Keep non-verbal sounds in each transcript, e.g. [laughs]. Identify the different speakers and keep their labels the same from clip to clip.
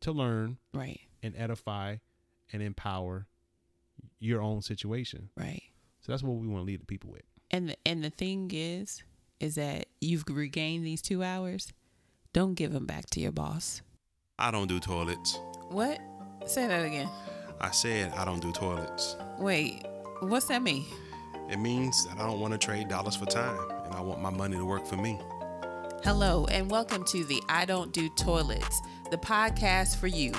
Speaker 1: to learn
Speaker 2: Right.
Speaker 1: and edify and empower your own situation.
Speaker 2: Right.
Speaker 1: So that's what we want to leave the people with.
Speaker 2: And the, and the thing is, is that you've regained these two hours. Don't give them back to your boss.
Speaker 3: I don't do toilets.
Speaker 2: What? Say that again.
Speaker 3: I said I don't do toilets.
Speaker 2: Wait. What's that mean?
Speaker 3: It means that I don't want to trade dollars for time, and I want my money to work for me.
Speaker 2: Hello, and welcome to the I Don't Do Toilets, the podcast for you.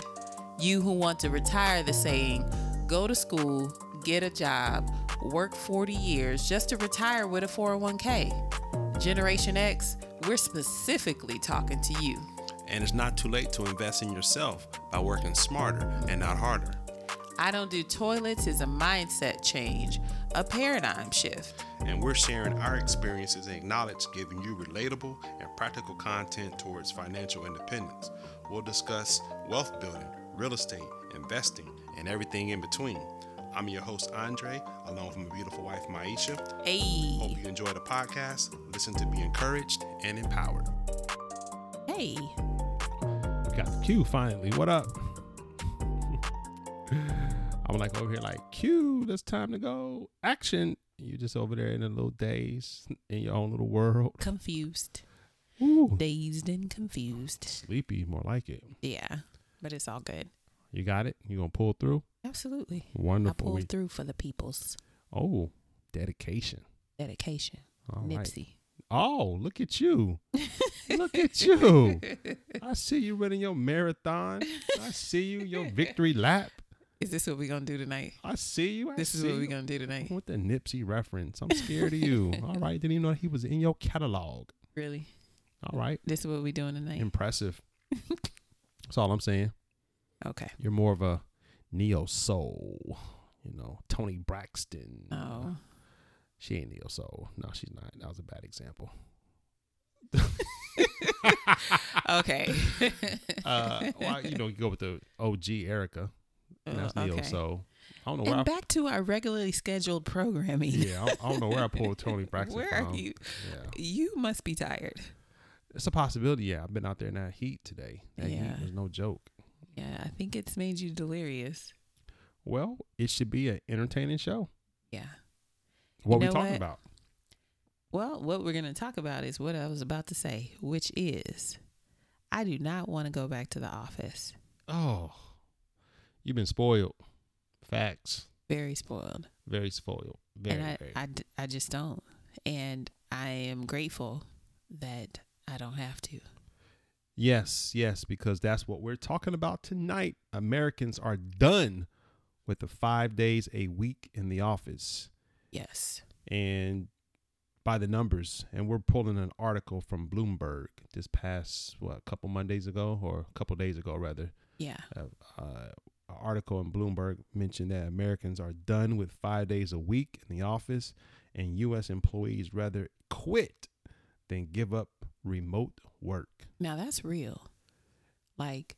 Speaker 2: You who want to retire the saying, go to school, get a job, work 40 years just to retire with a 401k. Generation X, we're specifically talking to you.
Speaker 3: And it's not too late to invest in yourself by working smarter and not harder.
Speaker 2: I Don't Do Toilets is a mindset change, a paradigm shift.
Speaker 3: And we're sharing our experiences and knowledge, giving you relatable and practical content towards financial independence. We'll discuss wealth building, real estate, investing, and everything in between. I'm your host, Andre, along with my beautiful wife, Maisha.
Speaker 2: Hey.
Speaker 3: Hope you enjoy the podcast. Listen to be encouraged and empowered.
Speaker 2: Hey.
Speaker 1: We got the Q finally. What up? [laughs] I'm like over here, like Q. That's time to go. Action. You just over there in a little daze in your own little world.
Speaker 2: Confused.
Speaker 1: Ooh,
Speaker 2: Dazed and confused.
Speaker 1: sleepy, more like it.
Speaker 2: Yeah, but it's all good.
Speaker 1: You got it. You gonna pull through?
Speaker 2: Absolutely. I
Speaker 1: Wonderful.
Speaker 2: pulled
Speaker 1: We-
Speaker 2: through for the people's
Speaker 1: oh, dedication.
Speaker 2: dedication.
Speaker 1: All right.
Speaker 2: Nipsey.
Speaker 1: Oh, look at
Speaker 2: [laughs]
Speaker 1: you. look at you. I see you running your marathon. I see you, your victory lap.
Speaker 2: Is this what we're going to do tonight?
Speaker 1: I see you. I
Speaker 2: This is
Speaker 1: see
Speaker 2: what we're
Speaker 1: you.
Speaker 2: going to do tonight.
Speaker 1: With the Nipsey reference. I'm scared of
Speaker 2: [laughs]
Speaker 1: you. All right. Didn't even know he was in your catalog.
Speaker 2: Really?
Speaker 1: All right.
Speaker 2: This is what we're doing tonight? [laughs]
Speaker 1: Impressive. That's all I'm saying.
Speaker 2: Okay.
Speaker 1: You're more of a neo soul. You know, Tony Braxton.
Speaker 2: Oh.
Speaker 1: She ain't neo soul. No, she's not. That was a bad
Speaker 2: [laughs]
Speaker 1: example.
Speaker 2: Oh.
Speaker 1: [laughs]
Speaker 2: Okay.
Speaker 1: Uh, well, you know, you go with the OG Erica. And that's
Speaker 2: Uh,
Speaker 1: neo
Speaker 2: okay.
Speaker 1: soul. I don't know where
Speaker 2: And
Speaker 1: I,
Speaker 2: back to our regularly scheduled programming.
Speaker 1: [laughs] yeah, I, don't- I don't know where I
Speaker 2: [laughs]
Speaker 1: pulled Tony Braxton
Speaker 2: Where
Speaker 1: from.
Speaker 2: are you?
Speaker 1: Yeah.
Speaker 2: You must be tired.
Speaker 1: It's a possibility. Yeah, I've been out there in that heat today. That
Speaker 2: Yeah.
Speaker 1: heat was no joke.
Speaker 2: Yeah, I think it's made you delirious.
Speaker 1: Well, it should be an entertaining show.
Speaker 2: Yeah.
Speaker 1: What we
Speaker 2: know
Speaker 1: talking
Speaker 2: what?
Speaker 1: about?
Speaker 2: Well, what we're going to talk about is what I was about to say, which is I do not want to go back to the office.
Speaker 1: Oh, you've been spoiled. Facts.
Speaker 2: Very spoiled.
Speaker 1: Very spoiled. Very.
Speaker 2: and I,
Speaker 1: very.
Speaker 2: I d- I just don't. And I am grateful that I don't have to.
Speaker 1: yes, yes, because that's what we're talking about tonight. Americans are done with the five days a week in the office,
Speaker 2: Yes.
Speaker 1: and by the numbers. And we're pulling an article from Bloomberg this past what a couple Mondays ago, or a couple days ago rather.
Speaker 2: Yeah.
Speaker 1: uh, uh, an article in Bloomberg mentioned that Americans are done with five days a week in the office, and U.S. employees rather quit than give up remote work.
Speaker 2: Now that's real. Like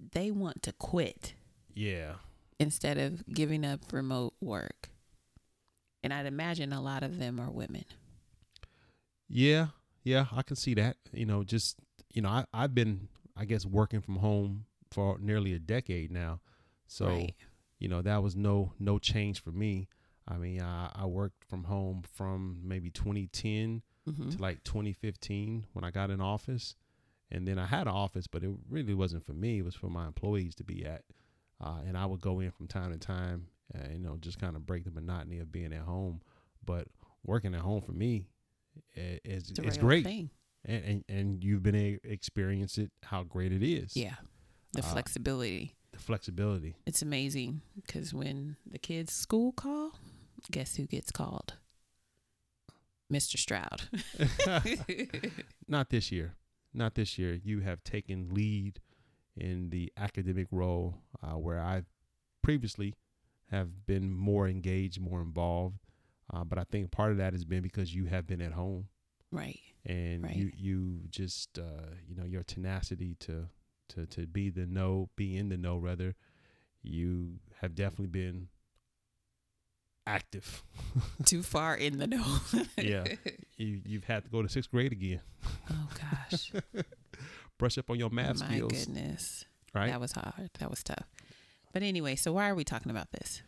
Speaker 2: they want to quit
Speaker 1: Yeah,
Speaker 2: instead of giving up remote work. And I'd imagine a lot of them are women.
Speaker 1: yeah, yeah. I can see that. You know, just you know, I I've been I guess working from home for nearly a decade now, so
Speaker 2: right.
Speaker 1: you know that was no no change for me. I mean, I, I worked from home from maybe 2010
Speaker 2: hmm
Speaker 1: to like 2015 when I got in office. And then I had an office, but it really wasn't for me. It was for my employees to be at. Uh, and I would go in from time to time, uh, you know, just kind of break the monotony of being at home. But working at home for me i- is
Speaker 2: It's a
Speaker 1: it's
Speaker 2: real
Speaker 1: great.
Speaker 2: Thing.
Speaker 1: And, and and you've been a experience it how great it is.
Speaker 2: Yeah. The
Speaker 1: Uh,
Speaker 2: flexibility.
Speaker 1: The
Speaker 2: [laughs]
Speaker 1: flexibility.
Speaker 2: It's amazing because when the kids' school call, guess who gets called? Mr.
Speaker 1: [laughs]
Speaker 2: Stroud.
Speaker 1: Not this year. Not this year. You have taken lead in the academic role uh, where I previously have been more engaged, more involved. Uh, but I think part of that has been because you have been at home
Speaker 2: right.
Speaker 1: and
Speaker 2: Right.
Speaker 1: you you just uh, you know your tenacity to to to be the know, be in the know rather. You have definitely been active. [laughs]
Speaker 2: too far in the know. [laughs]
Speaker 1: yeah, you you've had to go to sixth grade again.
Speaker 2: Oh gosh.
Speaker 1: Brush up on your math
Speaker 2: My
Speaker 1: skills.
Speaker 2: goodness.
Speaker 1: right?
Speaker 2: That was hard. That was tough. But anyway, so why are we talking about this?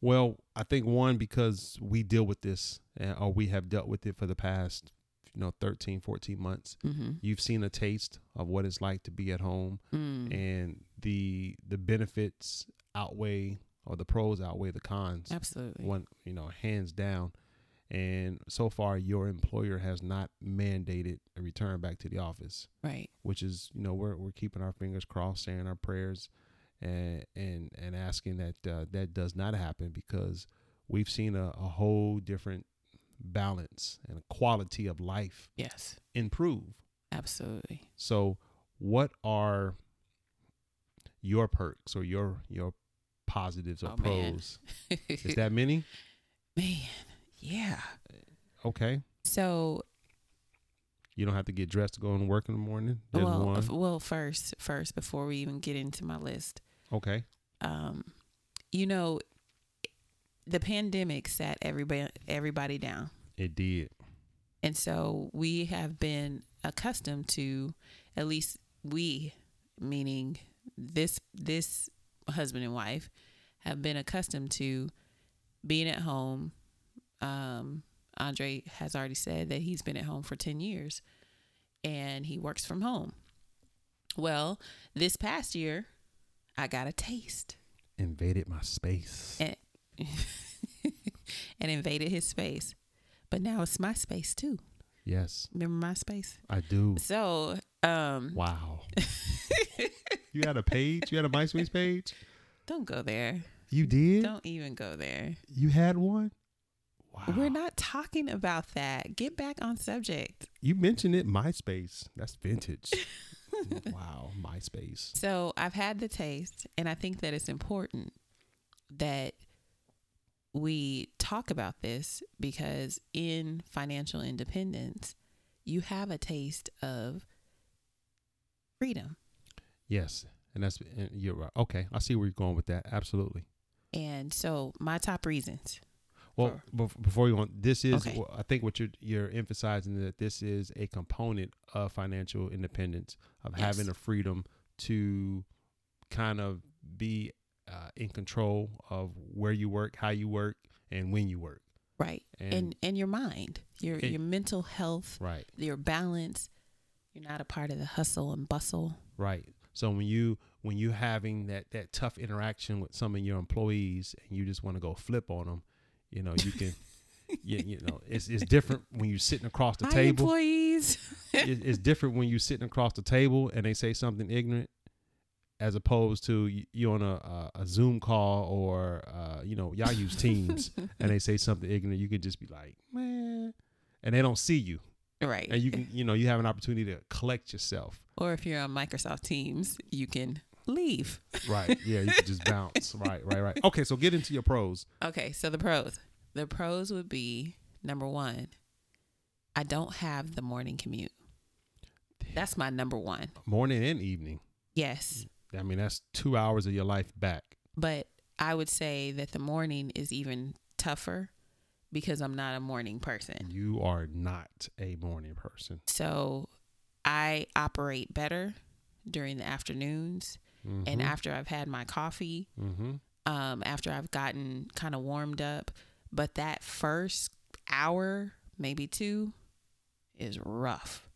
Speaker 1: Well, I think one because we deal with this uh, or we have dealt with it for the past, you know, 13, 14 months.
Speaker 2: Mm-hmm.
Speaker 1: You've seen a taste of what it's like to be at home
Speaker 2: Mm,
Speaker 1: and the the benefits outweigh or the pros outweigh the cons.
Speaker 2: absolutely.
Speaker 1: One, you know, hands down. And so far your employer has not mandated a return back to the office
Speaker 2: Right.
Speaker 1: which is you know we're we're keeping our fingers crossed, saying our prayers, and and and asking that uh, that does not happen because we've seen a, a whole different balance and quality of life
Speaker 2: Yes.
Speaker 1: improve.
Speaker 2: Absolutely.
Speaker 1: So, what are your perks or your your positives or
Speaker 2: Oh, man.
Speaker 1: pros? Is that many?
Speaker 2: [laughs] Man, yeah.
Speaker 1: Okay,
Speaker 2: So,
Speaker 1: you don't have to get dressed to go and work in the morning. There's
Speaker 2: well,
Speaker 1: one.
Speaker 2: f- well, first, first, before we even get into my list,
Speaker 1: Okay,
Speaker 2: um, you know, the pandemic sat everybody everybody down,
Speaker 1: it did.
Speaker 2: and so we have been accustomed to, at least we, meaning this this husband and wife, have been accustomed to being at home. Um, Andre has already said that he's been at home for ten years, and he works from home. Well, this past year, I got a taste.
Speaker 1: Invaded my space.
Speaker 2: and, and invaded his space. But now it's my space too.
Speaker 1: Yes,
Speaker 2: Remember my space?
Speaker 1: I do.
Speaker 2: So, um,
Speaker 1: Wow. [laughs] you had a page? You had a MySpace page?
Speaker 2: don't go there.
Speaker 1: You did?
Speaker 2: Don't even go there.
Speaker 1: You had one? Wow.
Speaker 2: We're not talking about that. Get back on subject. [laughs]
Speaker 1: You mentioned it, MySpace. That's vintage. [laughs] wow, MySpace.
Speaker 2: So, I've had the taste, and I think that it's important that we talk about this because in financial independence, you have a taste of freedom.
Speaker 1: Yes, and that's and you're right. Okay, I see where you're going with that. Absolutely.
Speaker 2: And so, my top reasons
Speaker 1: Well, bef- before you want, this is
Speaker 2: Okay.
Speaker 1: well, I think what you're you're emphasizing that this is a component of financial independence of
Speaker 2: Yes.
Speaker 1: having the freedom to kind of be uh, in control of where you work, how you work, and when you work.
Speaker 2: right
Speaker 1: And-
Speaker 2: and and, your mind your
Speaker 1: And-
Speaker 2: your mental health
Speaker 1: Right.
Speaker 2: your balance you're not a part of the hustle and bustle
Speaker 1: Right. So when you when you having that that tough interaction with some of your employees and you just want to go flip on them, you know you
Speaker 2: [laughs]
Speaker 1: can. you, you know it's it's different when you're sitting across the
Speaker 2: Hi,
Speaker 1: table.
Speaker 2: employees
Speaker 1: it, it's different when you're sitting across the table and they say something ignorant as opposed to y- you on a, a, a zoom call or uh, you know [laughs] y'all use
Speaker 2: [laughs]
Speaker 1: teams and they say something ignorant you can just be like man and they don't see you
Speaker 2: right
Speaker 1: and you can you know you have an opportunity to collect yourself
Speaker 2: or if you're on microsoft teams you can leave
Speaker 1: right yeah you can just bounce right right right okay so get into your pros
Speaker 2: [laughs] okay so the pros the pros would be number one i don't have the morning commute that's my number one
Speaker 1: morning and evening
Speaker 2: yes
Speaker 1: i mean that's two hours of your life back
Speaker 2: but i would say that the morning is even tougher because i'm not a morning person
Speaker 1: you are not a morning person
Speaker 2: So I operate better during the afternoons and after I've had my coffee,
Speaker 1: mm-hmm.
Speaker 2: um, after I've gotten kind of warmed up. But that first hour, maybe two, is rough.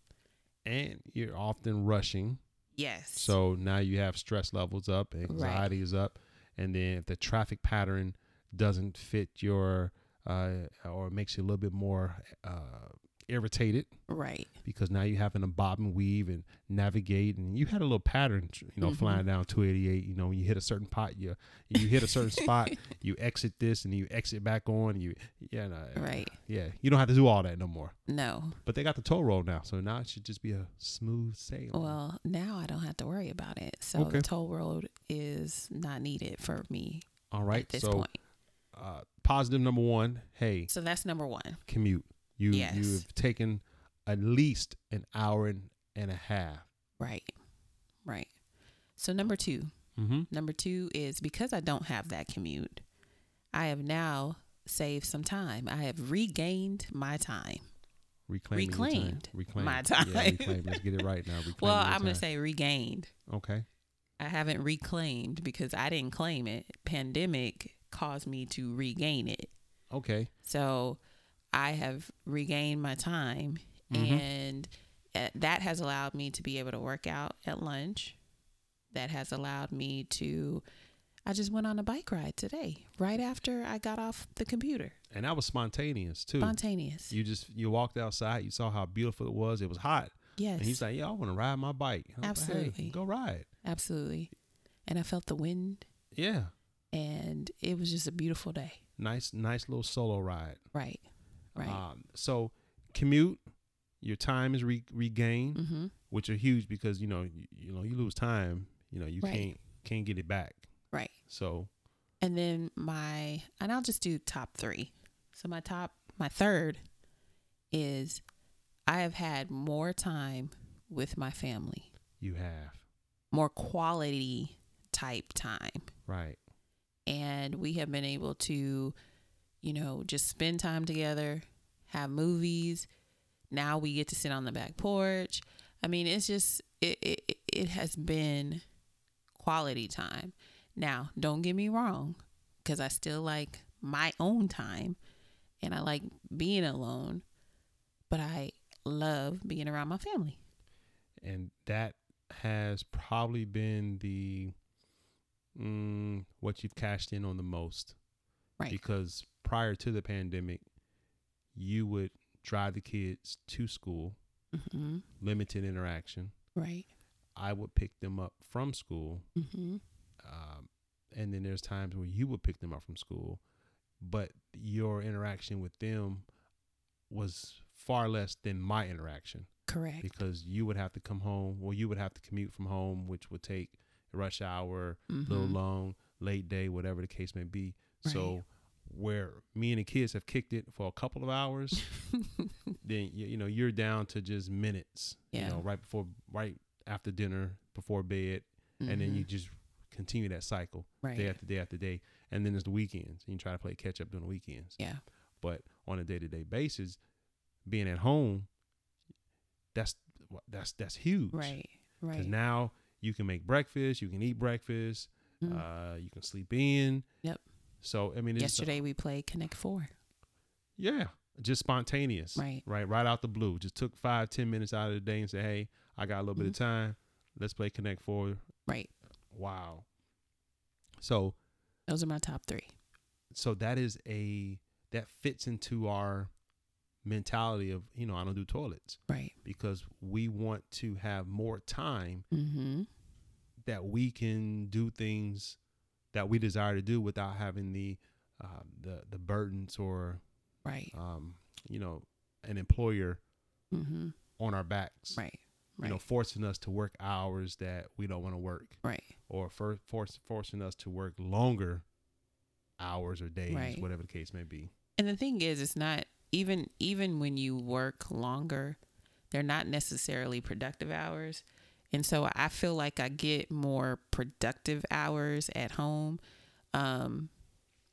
Speaker 1: and you're often rushing
Speaker 2: Yes.
Speaker 1: So now you have stress levels up, anxiety is up, and then if the traffic pattern doesn't fit your uh, or makes you a little bit more uh, irritated
Speaker 2: right.
Speaker 1: because now you're having to bob and weave and navigate, and you had a little pattern, you
Speaker 2: Mm-hmm.
Speaker 1: know, flying down 288. You know, when you hit a certain pot, you you hit a certain spot, you exit this, and you exit back on, and you yeah, no,
Speaker 2: [laughs] Right.
Speaker 1: yeah, you don't have to do all that no more.
Speaker 2: No.
Speaker 1: But they got the toll road now, so now it should just be a smooth sailing.
Speaker 2: Well, now I don't have to worry about it. So
Speaker 1: Okay.
Speaker 2: the toll road is not needed for me
Speaker 1: all right,
Speaker 2: at this
Speaker 1: so.
Speaker 2: point.
Speaker 1: uh, positive number one, hey,
Speaker 2: So that's number one.
Speaker 1: commute. You
Speaker 2: Yes.
Speaker 1: you have taken at least an hour and, and a half.
Speaker 2: Right. Right. So number two.
Speaker 1: Mm-hmm.
Speaker 2: Number two is because I don't have that commute, I have now saved some time. I have regained my time.
Speaker 1: Reclaiming your time.
Speaker 2: Reclaimed
Speaker 1: Reclaim
Speaker 2: my
Speaker 1: Yeah,
Speaker 2: time. [laughs]
Speaker 1: reclaim. Let's get it right now. Reclaiming
Speaker 2: well,
Speaker 1: your
Speaker 2: I'm going
Speaker 1: time.
Speaker 2: to say regained.
Speaker 1: okay.
Speaker 2: I haven't reclaimed because I didn't claim it. Pandemic caused me to regain it.
Speaker 1: Okay.
Speaker 2: So I have regained my time
Speaker 1: Mm-hmm.
Speaker 2: and uh, that has allowed me to be able to work out at lunch. That has allowed me to I just went on a bike ride today right after I got off the computer.
Speaker 1: And that was spontaneous too.
Speaker 2: Spontaneous.
Speaker 1: You just you walked outside, you saw how beautiful it was. It was hot.
Speaker 2: yes.
Speaker 1: And he's like, "Yeah, I want to ride my bike." And I was like, "Hey,
Speaker 2: Absolutely.
Speaker 1: go ride.
Speaker 2: absolutely. And I felt the wind
Speaker 1: Yeah.
Speaker 2: and it was just a beautiful day.
Speaker 1: Nice nice little solo ride.
Speaker 2: Right. Right.
Speaker 1: Um, so commute, your time is re- regained,
Speaker 2: mhm.
Speaker 1: which are huge because you know, you, you know, you lose time, you know, you
Speaker 2: Right.
Speaker 1: can't can't get it back.
Speaker 2: Right.
Speaker 1: So,
Speaker 2: And then my, and I'll just do top three. So my top, my third is I have had more time with my family,
Speaker 1: you have.
Speaker 2: more quality type time.
Speaker 1: Right.
Speaker 2: And we have been able to, you know, just spend time together, have movies. Now we get to sit on the back porch. I mean, it's just, it, it, it- it has been quality time. Now, don't get me wrong, because I still like my own time and I like being alone, but I love being around my family.
Speaker 1: And that has probably been the mm, what you've cashed in on the most.
Speaker 2: Right.
Speaker 1: Because prior to the pandemic, you would drive the kids to school,
Speaker 2: Mm-hmm.
Speaker 1: limited interaction.
Speaker 2: Right.
Speaker 1: I would pick them up from school
Speaker 2: Mm-hmm.
Speaker 1: um, and then there's times where you would pick them up from school, but your interaction with them was far less than my interaction
Speaker 2: Correct.
Speaker 1: because you would have to come home. Well, you would have to commute from home, which would take rush hour, little
Speaker 2: Mhm.
Speaker 1: long, late day, whatever the case may be. So where me and the kids have kicked it for a couple of
Speaker 2: [laughs]
Speaker 1: hours,
Speaker 2: Mm-hmm.
Speaker 1: then you, you know you're down to just minutes.
Speaker 2: Yeah.
Speaker 1: You know, right before, right after dinner, before bed, [laughs] and then
Speaker 2: Mhm.
Speaker 1: you just continue that cycle
Speaker 2: [laughs] Right.
Speaker 1: day after day after day. And then there's the weekends, and you try to play catch up during the weekends.
Speaker 2: Yeah.
Speaker 1: But on a day to day basis, being at home, that's that's that's huge.
Speaker 2: Right. Right.
Speaker 1: Because now you can make breakfast, you can eat breakfast,
Speaker 2: Mm.
Speaker 1: uh, you can sleep in.
Speaker 2: Yep.
Speaker 1: So I mean, it's just a-
Speaker 2: Yesterday we played Connect Four.
Speaker 1: yeah, just spontaneous.
Speaker 2: Right.
Speaker 1: Right. Right out the blue. Just took five, ten minutes out of the day and said, "Hey, I got a little bit of
Speaker 2: Mhm.
Speaker 1: time. Let's play Connect Four.
Speaker 2: Right.
Speaker 1: Wow. So
Speaker 2: Those are my top three.
Speaker 1: so that is a that fits into our mentality of you know I don't do toilets
Speaker 2: Right.
Speaker 1: because we want to have more time
Speaker 2: Mm-hmm.
Speaker 1: that we can do things that we desire to do without having the uh, the the burdens or
Speaker 2: Right.
Speaker 1: um, you know an employer
Speaker 2: Mm-hmm.
Speaker 1: on our backs
Speaker 2: Right.
Speaker 1: you
Speaker 2: Right.
Speaker 1: know forcing us to work hours that we don't want to work
Speaker 2: right.
Speaker 1: or for, force, forcing us to work longer hours or days
Speaker 2: Right.
Speaker 1: whatever the case may be
Speaker 2: And the thing is, it's not even even when you work longer, they're not necessarily productive hours. And so I feel like I get more productive hours at home. Um,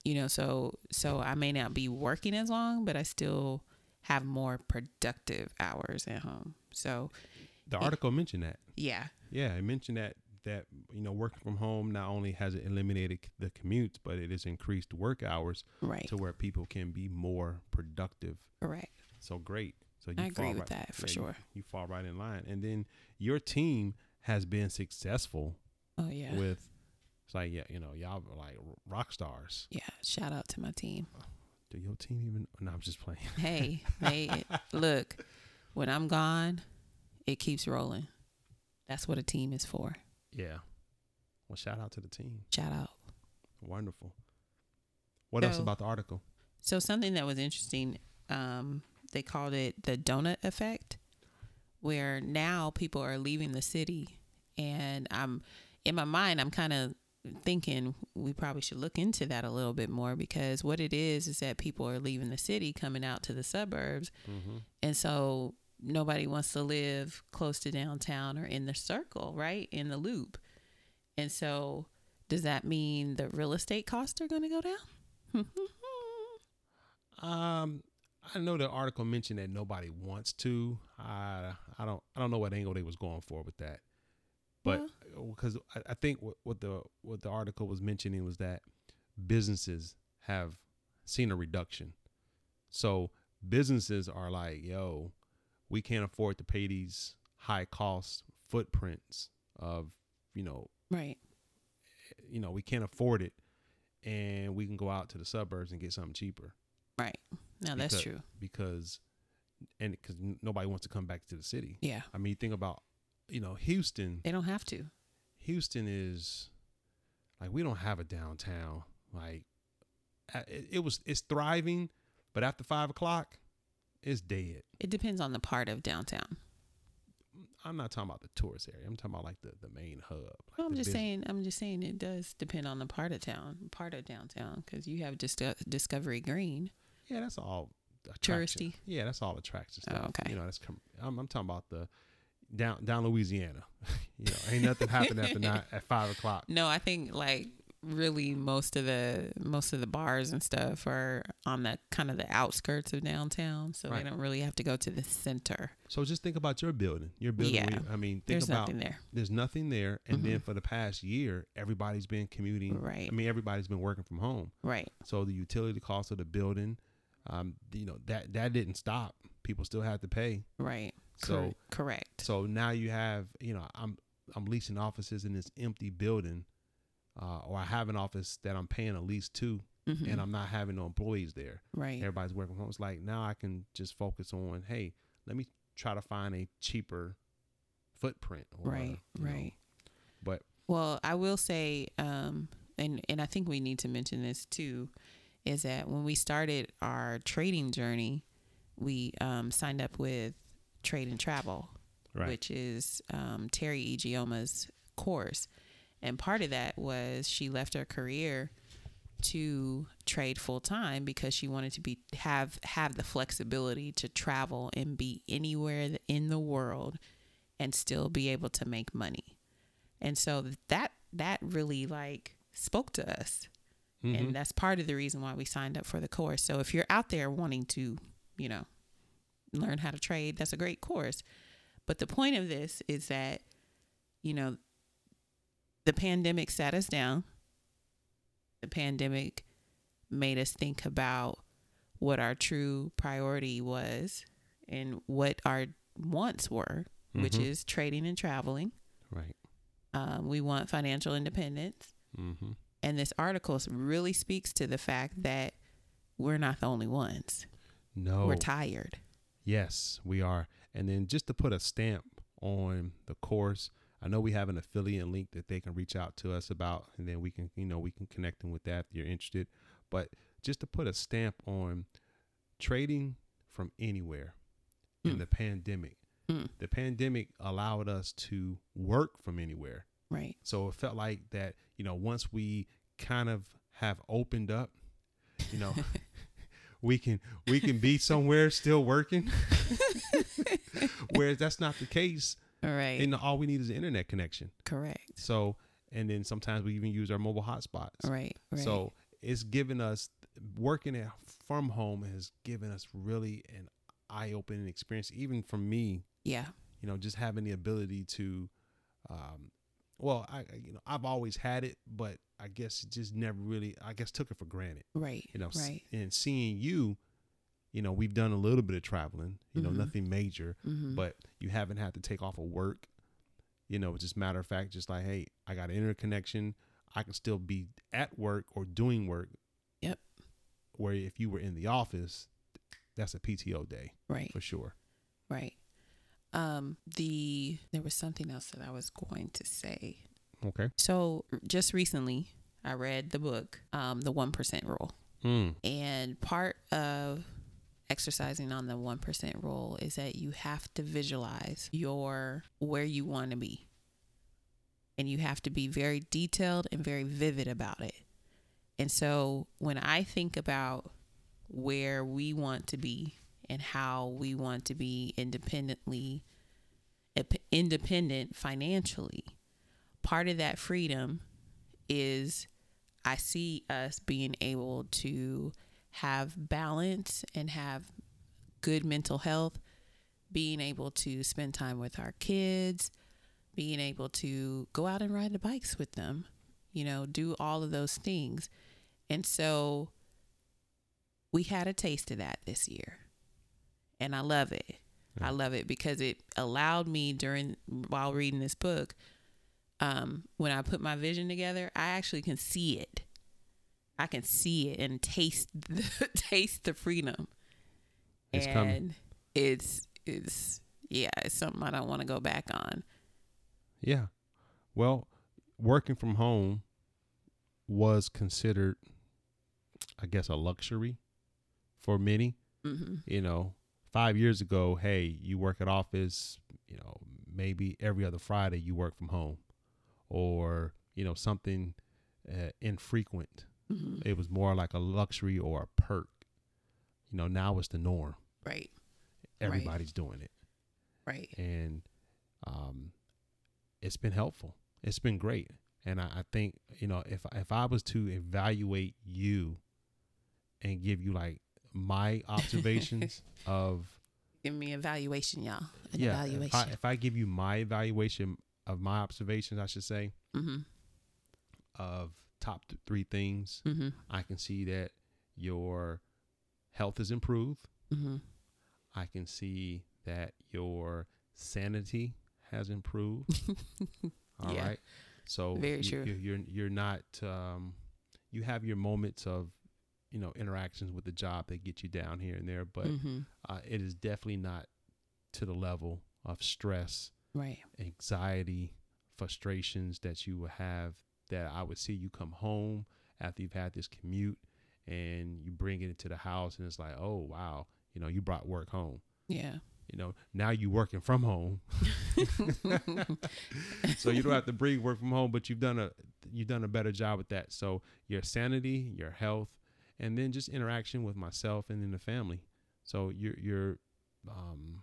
Speaker 2: you know, so so I may not be working as long, but I still have more productive hours at home. So
Speaker 1: the
Speaker 2: Yeah.
Speaker 1: article mentioned that
Speaker 2: yeah,
Speaker 1: Yeah, I mentioned that that you know working from home not only has it eliminated c- the commutes, but it has increased work hours
Speaker 2: right,
Speaker 1: to where people can be more productive.
Speaker 2: correct.
Speaker 1: So great. So you
Speaker 2: I agree
Speaker 1: fall
Speaker 2: with
Speaker 1: right-
Speaker 2: that for
Speaker 1: yeah, you-
Speaker 2: sure.
Speaker 1: You, fall right in line, and then your team has been successful
Speaker 2: Oh yeah,
Speaker 1: with. It's like yeah, you know, y'all are like r- rock stars.
Speaker 2: yeah. Shout out to my team.
Speaker 1: Do your team even? No, I'm just playing. [laughs]
Speaker 2: hey, hey, look, when I'm gone, it keeps rolling. That's what a team is for.
Speaker 1: Yeah. Well, shout out to the team.
Speaker 2: Shout out.
Speaker 1: Wonderful. What else
Speaker 2: So-
Speaker 1: about the article?
Speaker 2: So something that was interesting, um, they called it the donut effect, where now people are leaving the city, and I'm in my mind, I'm kind of thinking we probably should look into that a little bit more because what it is is that people are leaving the city, coming out to the suburbs,
Speaker 1: Mm-hmm.
Speaker 2: And so nobody wants to live close to downtown or in the circle, right? In the loop. And so does that mean the real estate costs are going to go down?
Speaker 1: Um, I know the article mentioned that nobody wants to. I I don't I don't know what angle they was going for with that, but
Speaker 2: Well-
Speaker 1: because I, I think what, what the what the article was mentioning was that businesses have seen a reduction. So businesses are like, yo, we can't afford to pay these high cost footprints of, you know,
Speaker 2: Right.
Speaker 1: you know, we can't afford it and we can go out to the suburbs and get something cheaper
Speaker 2: Right. No, that's
Speaker 1: Because-
Speaker 2: true.
Speaker 1: because and because nobody wants to come back to the city.
Speaker 2: Yeah.
Speaker 1: I mean, think about, you know, Houston.
Speaker 2: They don't have to.
Speaker 1: Houston is like we don't have a downtown. Like I- it, it was, it's thriving, but after five o'clock, it's dead.
Speaker 2: It depends on the part of downtown.
Speaker 1: I'm not talking about the tourist area. I'm talking about like the, the main hub. like
Speaker 2: Well, I'm
Speaker 1: the
Speaker 2: just
Speaker 1: bus-
Speaker 2: saying. I'm just saying it does depend on the part of town, part of downtown, because you have Disco- Discovery Green.
Speaker 1: Yeah, that's all attraction.
Speaker 2: Touristy?
Speaker 1: Yeah, that's all attraction
Speaker 2: Oh,
Speaker 1: stuff.
Speaker 2: okay.
Speaker 1: You know, that's com- I'm, I'm talking about the down down Louisiana. [laughs] you know, ain't nothing happened
Speaker 2: [laughs]
Speaker 1: after nine at five o'clock.
Speaker 2: No, I think like really most of the most of the bars and stuff are on the kind of the outskirts of downtown, so
Speaker 1: Right.
Speaker 2: they don't really have to go to the center.
Speaker 1: So just think about your building. Your building.
Speaker 2: Yeah.
Speaker 1: where you- I mean, think
Speaker 2: There's
Speaker 1: about
Speaker 2: nothing there.
Speaker 1: there's nothing there. And then for the past year, everybody's been commuting.
Speaker 2: Right.
Speaker 1: I mean, everybody's been working from home.
Speaker 2: Right.
Speaker 1: So the utility cost of the building, um, you know that that didn't stop. People still had to pay.
Speaker 2: Right.
Speaker 1: So-
Speaker 2: correct.
Speaker 1: So now you have, you know, I'm I'm leasing offices in this empty building, uh, or I have an office that I'm paying a lease to,
Speaker 2: Mhm.
Speaker 1: and I'm not having no employees there.
Speaker 2: right.
Speaker 1: Everybody's working from home. It's like now I can just focus on, hey, let me try to find a cheaper footprint. Or,
Speaker 2: Right.
Speaker 1: you know,
Speaker 2: Right.
Speaker 1: but
Speaker 2: Well, I will say, um, and and I think we need to mention this too, is that when we started our trading journey, we um, signed up with Trade and Travel,
Speaker 1: Right.
Speaker 2: which is um, Terry Egioma's course, and part of that was she left her career to trade full time because she wanted to be have have the flexibility to travel and be anywhere in the world and still be able to make money. And so that that really like spoke to us.
Speaker 1: Mm-hmm.
Speaker 2: And that's part of the reason why we signed up for the course. So if you're out there wanting to, you know, learn how to trade, that's a great course. But the point of this is that you know the pandemic sat us down. The pandemic made us think about what our true priority was and what our wants were, which
Speaker 1: Mhm.
Speaker 2: is trading and traveling.
Speaker 1: right.
Speaker 2: Um, we want financial independence.
Speaker 1: Mm-hmm.
Speaker 2: And this article s- really speaks to the fact that we're not the only ones.
Speaker 1: No.
Speaker 2: We're tired.
Speaker 1: Yes, we are. And then just to put a stamp on the course, I know we have an affiliate link that they can reach out to us about, and then we can, you know, we can connect them with that if you're interested. But just to put a stamp on trading from anywhere in
Speaker 2: Mm.
Speaker 1: the pandemic,
Speaker 2: Mm,
Speaker 1: the pandemic allowed us to work from anywhere.
Speaker 2: right.
Speaker 1: So it felt like that, you know, once we kind of have opened up, you
Speaker 2: [laughs]
Speaker 1: know, we can we can be somewhere still working. [laughs] Whereas that's not the case.
Speaker 2: All right.
Speaker 1: And all we need is an internet connection.
Speaker 2: Correct.
Speaker 1: So and then sometimes we even use our mobile hotspots.
Speaker 2: Right. Right.
Speaker 1: So it's given us working at, from home has given us really an eye opening experience, even for me
Speaker 2: yeah.
Speaker 1: you know just having the ability to um well i I- you know i've always had it but i guess it just never really i guess took it for granted
Speaker 2: Right.
Speaker 1: you know s-
Speaker 2: Right.
Speaker 1: and seeing you you know we've done a little bit of traveling you
Speaker 2: Mhm.
Speaker 1: know nothing major
Speaker 2: Mhm.
Speaker 1: but you haven't had to take off of work you know just matter of fact just like hey i got an interconnection i can still be at work or doing work
Speaker 2: Yep.
Speaker 1: where if you were in the office that's a pto day
Speaker 2: right.
Speaker 1: for sure
Speaker 2: Right. Um, the there was something else that I was going to say.
Speaker 1: okay
Speaker 2: So just recently, I read the book, um, The One Percent Rule.
Speaker 1: mm.
Speaker 2: And part of exercising on the 1% rule is that you have to visualize your where you want to be. And you have to be very detailed and very vivid about it. And so when I think about where we want to be and how we want to be independently ip- independent financially, part of that freedom is I see us being able to have balance and have good mental health, being able to spend time with our kids, being able to go out and ride the bikes with them, you know, do all of those things. And so we had a taste of that this year. And I love it. I
Speaker 1: Yeah.
Speaker 2: love it because it allowed me during while reading this book um when I put my vision together, I actually can see it. I can see it and taste [laughs] the, taste the freedom.
Speaker 1: It's
Speaker 2: and
Speaker 1: coming.
Speaker 2: it's it's yeah, it's something I don't want to go back on.
Speaker 1: Yeah. Well, working from home was considered, I guess, a luxury for many.
Speaker 2: hmm
Speaker 1: You know, five years ago, hey, you work at office, you know, maybe every other Friday you work from home or, you know, something uh, infrequent.
Speaker 2: hmm
Speaker 1: It was more like a luxury or a perk. You know, now it's the norm.
Speaker 2: Right, Right.
Speaker 1: Everybody's doing it
Speaker 2: right.
Speaker 1: and um, it's been helpful. It's been great, and I, I think you know if if I was to evaluate you and give you like
Speaker 2: [laughs]
Speaker 1: my observations of
Speaker 2: Give me evaluation, y'all. An
Speaker 1: yeah, if I,
Speaker 2: evaluation.
Speaker 1: if I give you my evaluation of my observations, I should say
Speaker 2: Mm-hmm.
Speaker 1: of top th- three things,
Speaker 2: Mm-hmm.
Speaker 1: I can see that your health is improved.
Speaker 2: Mm-hmm.
Speaker 1: I can see that your sanity has improved. All right,
Speaker 2: Yeah.
Speaker 1: So
Speaker 2: Very
Speaker 1: you,
Speaker 2: true.
Speaker 1: You, you're you're not um, you have your moments of you know interactions with the job that get you down here and there, [laughs] but
Speaker 2: mm-hmm.
Speaker 1: uh, it is definitely not to the level of stress,
Speaker 2: Right.
Speaker 1: anxiety, frustrations that you will have. That I would see you come home after you've had this commute and you bring it into the house and it's like, oh wow, you know, you brought work home.
Speaker 2: Yeah.
Speaker 1: You know, now you working from home [laughs]
Speaker 2: [laughs]
Speaker 1: so you don't have to breathe work from home but you've done a you've done a better job with that so your sanity your health and then just interaction with myself and then the family so you're you're um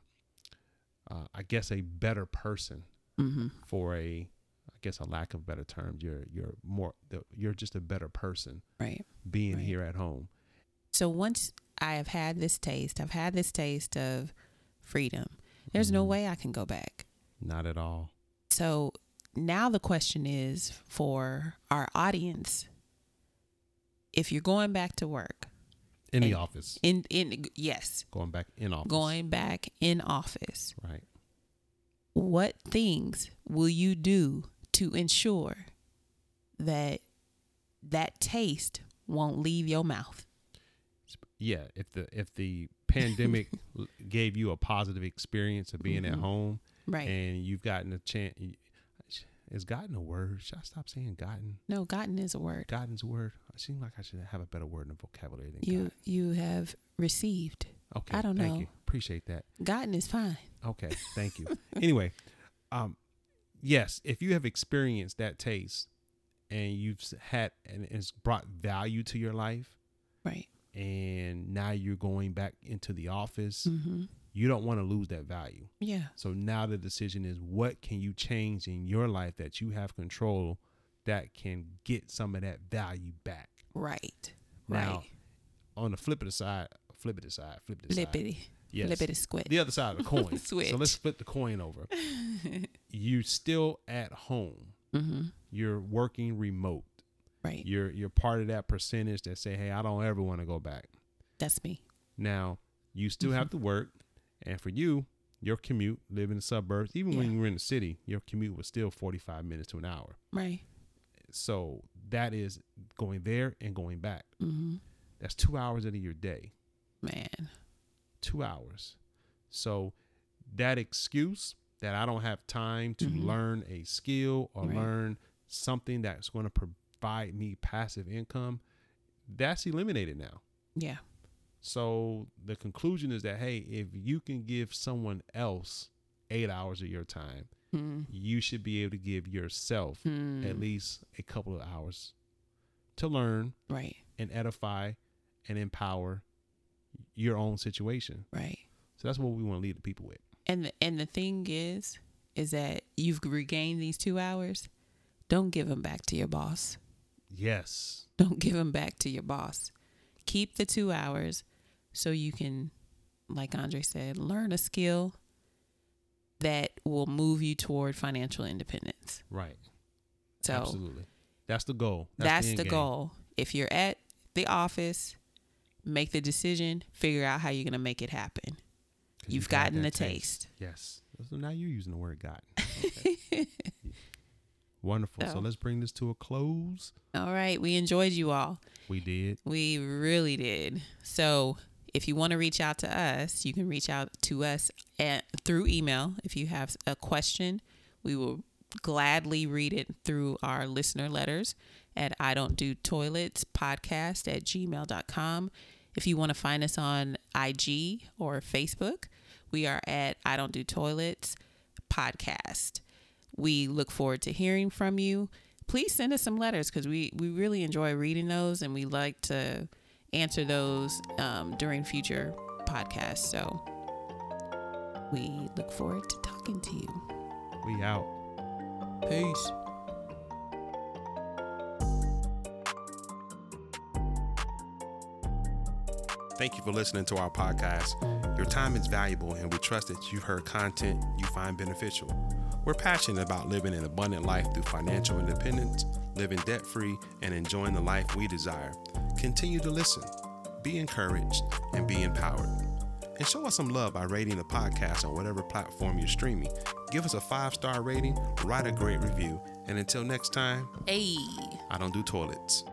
Speaker 1: uh, i guess a better person
Speaker 2: mm-hmm.
Speaker 1: for a i guess a lack of better terms you're you're more the- you're just a better person
Speaker 2: Right.
Speaker 1: being
Speaker 2: Right.
Speaker 1: here at home
Speaker 2: So once I have had this taste, I've had this taste of freedom. There's no
Speaker 1: Mhm.
Speaker 2: way I can go back.
Speaker 1: not at all
Speaker 2: So now the question is for our audience. If you're going back to work,
Speaker 1: in the
Speaker 2: And-
Speaker 1: office
Speaker 2: in in yes,
Speaker 1: going back in office
Speaker 2: going back in office,
Speaker 1: right
Speaker 2: what things will you do to ensure that that taste won't leave your mouth?
Speaker 1: yeah, if the if the
Speaker 2: [laughs]
Speaker 1: pandemic l- gave you a positive experience of being at
Speaker 2: Mhm.
Speaker 1: home
Speaker 2: Right.
Speaker 1: and you've gotten a chance, is gotten a word? Should I stop saying gotten?
Speaker 2: no, gotten is a word.
Speaker 1: Gotten's a word. I seem like I should have a better word in the vocabulary than
Speaker 2: You
Speaker 1: got.
Speaker 2: you have received.
Speaker 1: Okay,
Speaker 2: I don't
Speaker 1: thank
Speaker 2: know.
Speaker 1: you. Appreciate that.
Speaker 2: Gotten is fine.
Speaker 1: Okay, thank you. [laughs] anyway, um, yes, if you have experienced that taste and you've s- had and it's brought value to your life,
Speaker 2: Right.
Speaker 1: and now you're going back into the office,
Speaker 2: Mm-hmm.
Speaker 1: you don't want to lose that value.
Speaker 2: Yeah.
Speaker 1: So now the decision is what can you change in your life that you have control that can get some of that value back.
Speaker 2: Right.
Speaker 1: Now,
Speaker 2: right.
Speaker 1: On the flip of the side, flip it aside, flip it aside.
Speaker 2: Lippity.
Speaker 1: Yes.
Speaker 2: Lippity squid.
Speaker 1: The other side of the coin.
Speaker 2: Switch.
Speaker 1: So let's flip the coin over. you still at home.
Speaker 2: Mm-hmm.
Speaker 1: You're working remote.
Speaker 2: Right.
Speaker 1: You're you're part of that percentage that say, "Hey, I don't ever want to go back."
Speaker 2: That's me.
Speaker 1: Now, you still have
Speaker 2: Mm-hmm.
Speaker 1: to work, and for you, your commute, live in the suburbs, even when
Speaker 2: Yeah.
Speaker 1: you were in the city, your commute was still 45 minutes to an hour.
Speaker 2: Right.
Speaker 1: So that is going there and going back.
Speaker 2: Mm-hmm.
Speaker 1: That's two hours out of your day.
Speaker 2: Man.
Speaker 1: Two hours. So that excuse that I don't have time to
Speaker 2: Mhm.
Speaker 1: learn a skill or
Speaker 2: Right.
Speaker 1: learn something that's going to provide me passive income, that's eliminated now.
Speaker 2: Yeah.
Speaker 1: So the conclusion is that hey, if you can give someone else eight hours of your time,
Speaker 2: Mm.
Speaker 1: you should be able to give yourself at
Speaker 2: Mm.
Speaker 1: least a couple of hours to learn
Speaker 2: Right.
Speaker 1: and edify and empower your own situation.
Speaker 2: Right.
Speaker 1: So that's what we want to leave the people with.
Speaker 2: And the, and the thing is, is that you've regained these two hours. Don't give them back to your boss. [laughs]
Speaker 1: Yes.
Speaker 2: Don't give them back to your boss. Keep the two hours so you can, like Andre said, learn a skill, that will move you toward financial independence.
Speaker 4: Right.
Speaker 2: So
Speaker 4: Absolutely. That's the goal.
Speaker 2: that's,
Speaker 4: end
Speaker 2: the
Speaker 4: game.
Speaker 2: goal. If you're at the office, make the decision, figure out how you're going to make it happen.
Speaker 4: 'Cause
Speaker 2: You've
Speaker 4: got
Speaker 2: gotten the
Speaker 4: that
Speaker 2: taste.
Speaker 4: Yes. So now you're using the word "got."
Speaker 2: [laughs]
Speaker 4: Wonderful. So
Speaker 2: So-
Speaker 4: let's bring this to a close.
Speaker 2: All right. We enjoyed you all.
Speaker 4: We did.
Speaker 2: We really did. So, if you want to reach out to us, you can reach out to us at, through email. If you have a question, we will gladly read it through our listener letters at I don't do toilets podcast at gmail.com. If you want to find us on IG or Facebook, we are at I don't do toilets podcast. We look forward to hearing from you. Please send us some letters because we, we really enjoy reading those and we like to answer those um, during future podcasts. So we look forward to talking to you.
Speaker 4: We out.
Speaker 2: Peace.
Speaker 1: Thank you for listening to our podcast. Your time is valuable, and we trust that you've heard content you find beneficial. We're passionate about living an abundant life through financial independence, living debt free, and enjoying the life we desire. Continue to listen, be encouraged, and be empowered. And show us some love by rating the podcast on whatever platform you're streaming. Give us a five star rating, write a great review, and until next time,
Speaker 2: Hey.
Speaker 1: I don't do toilets.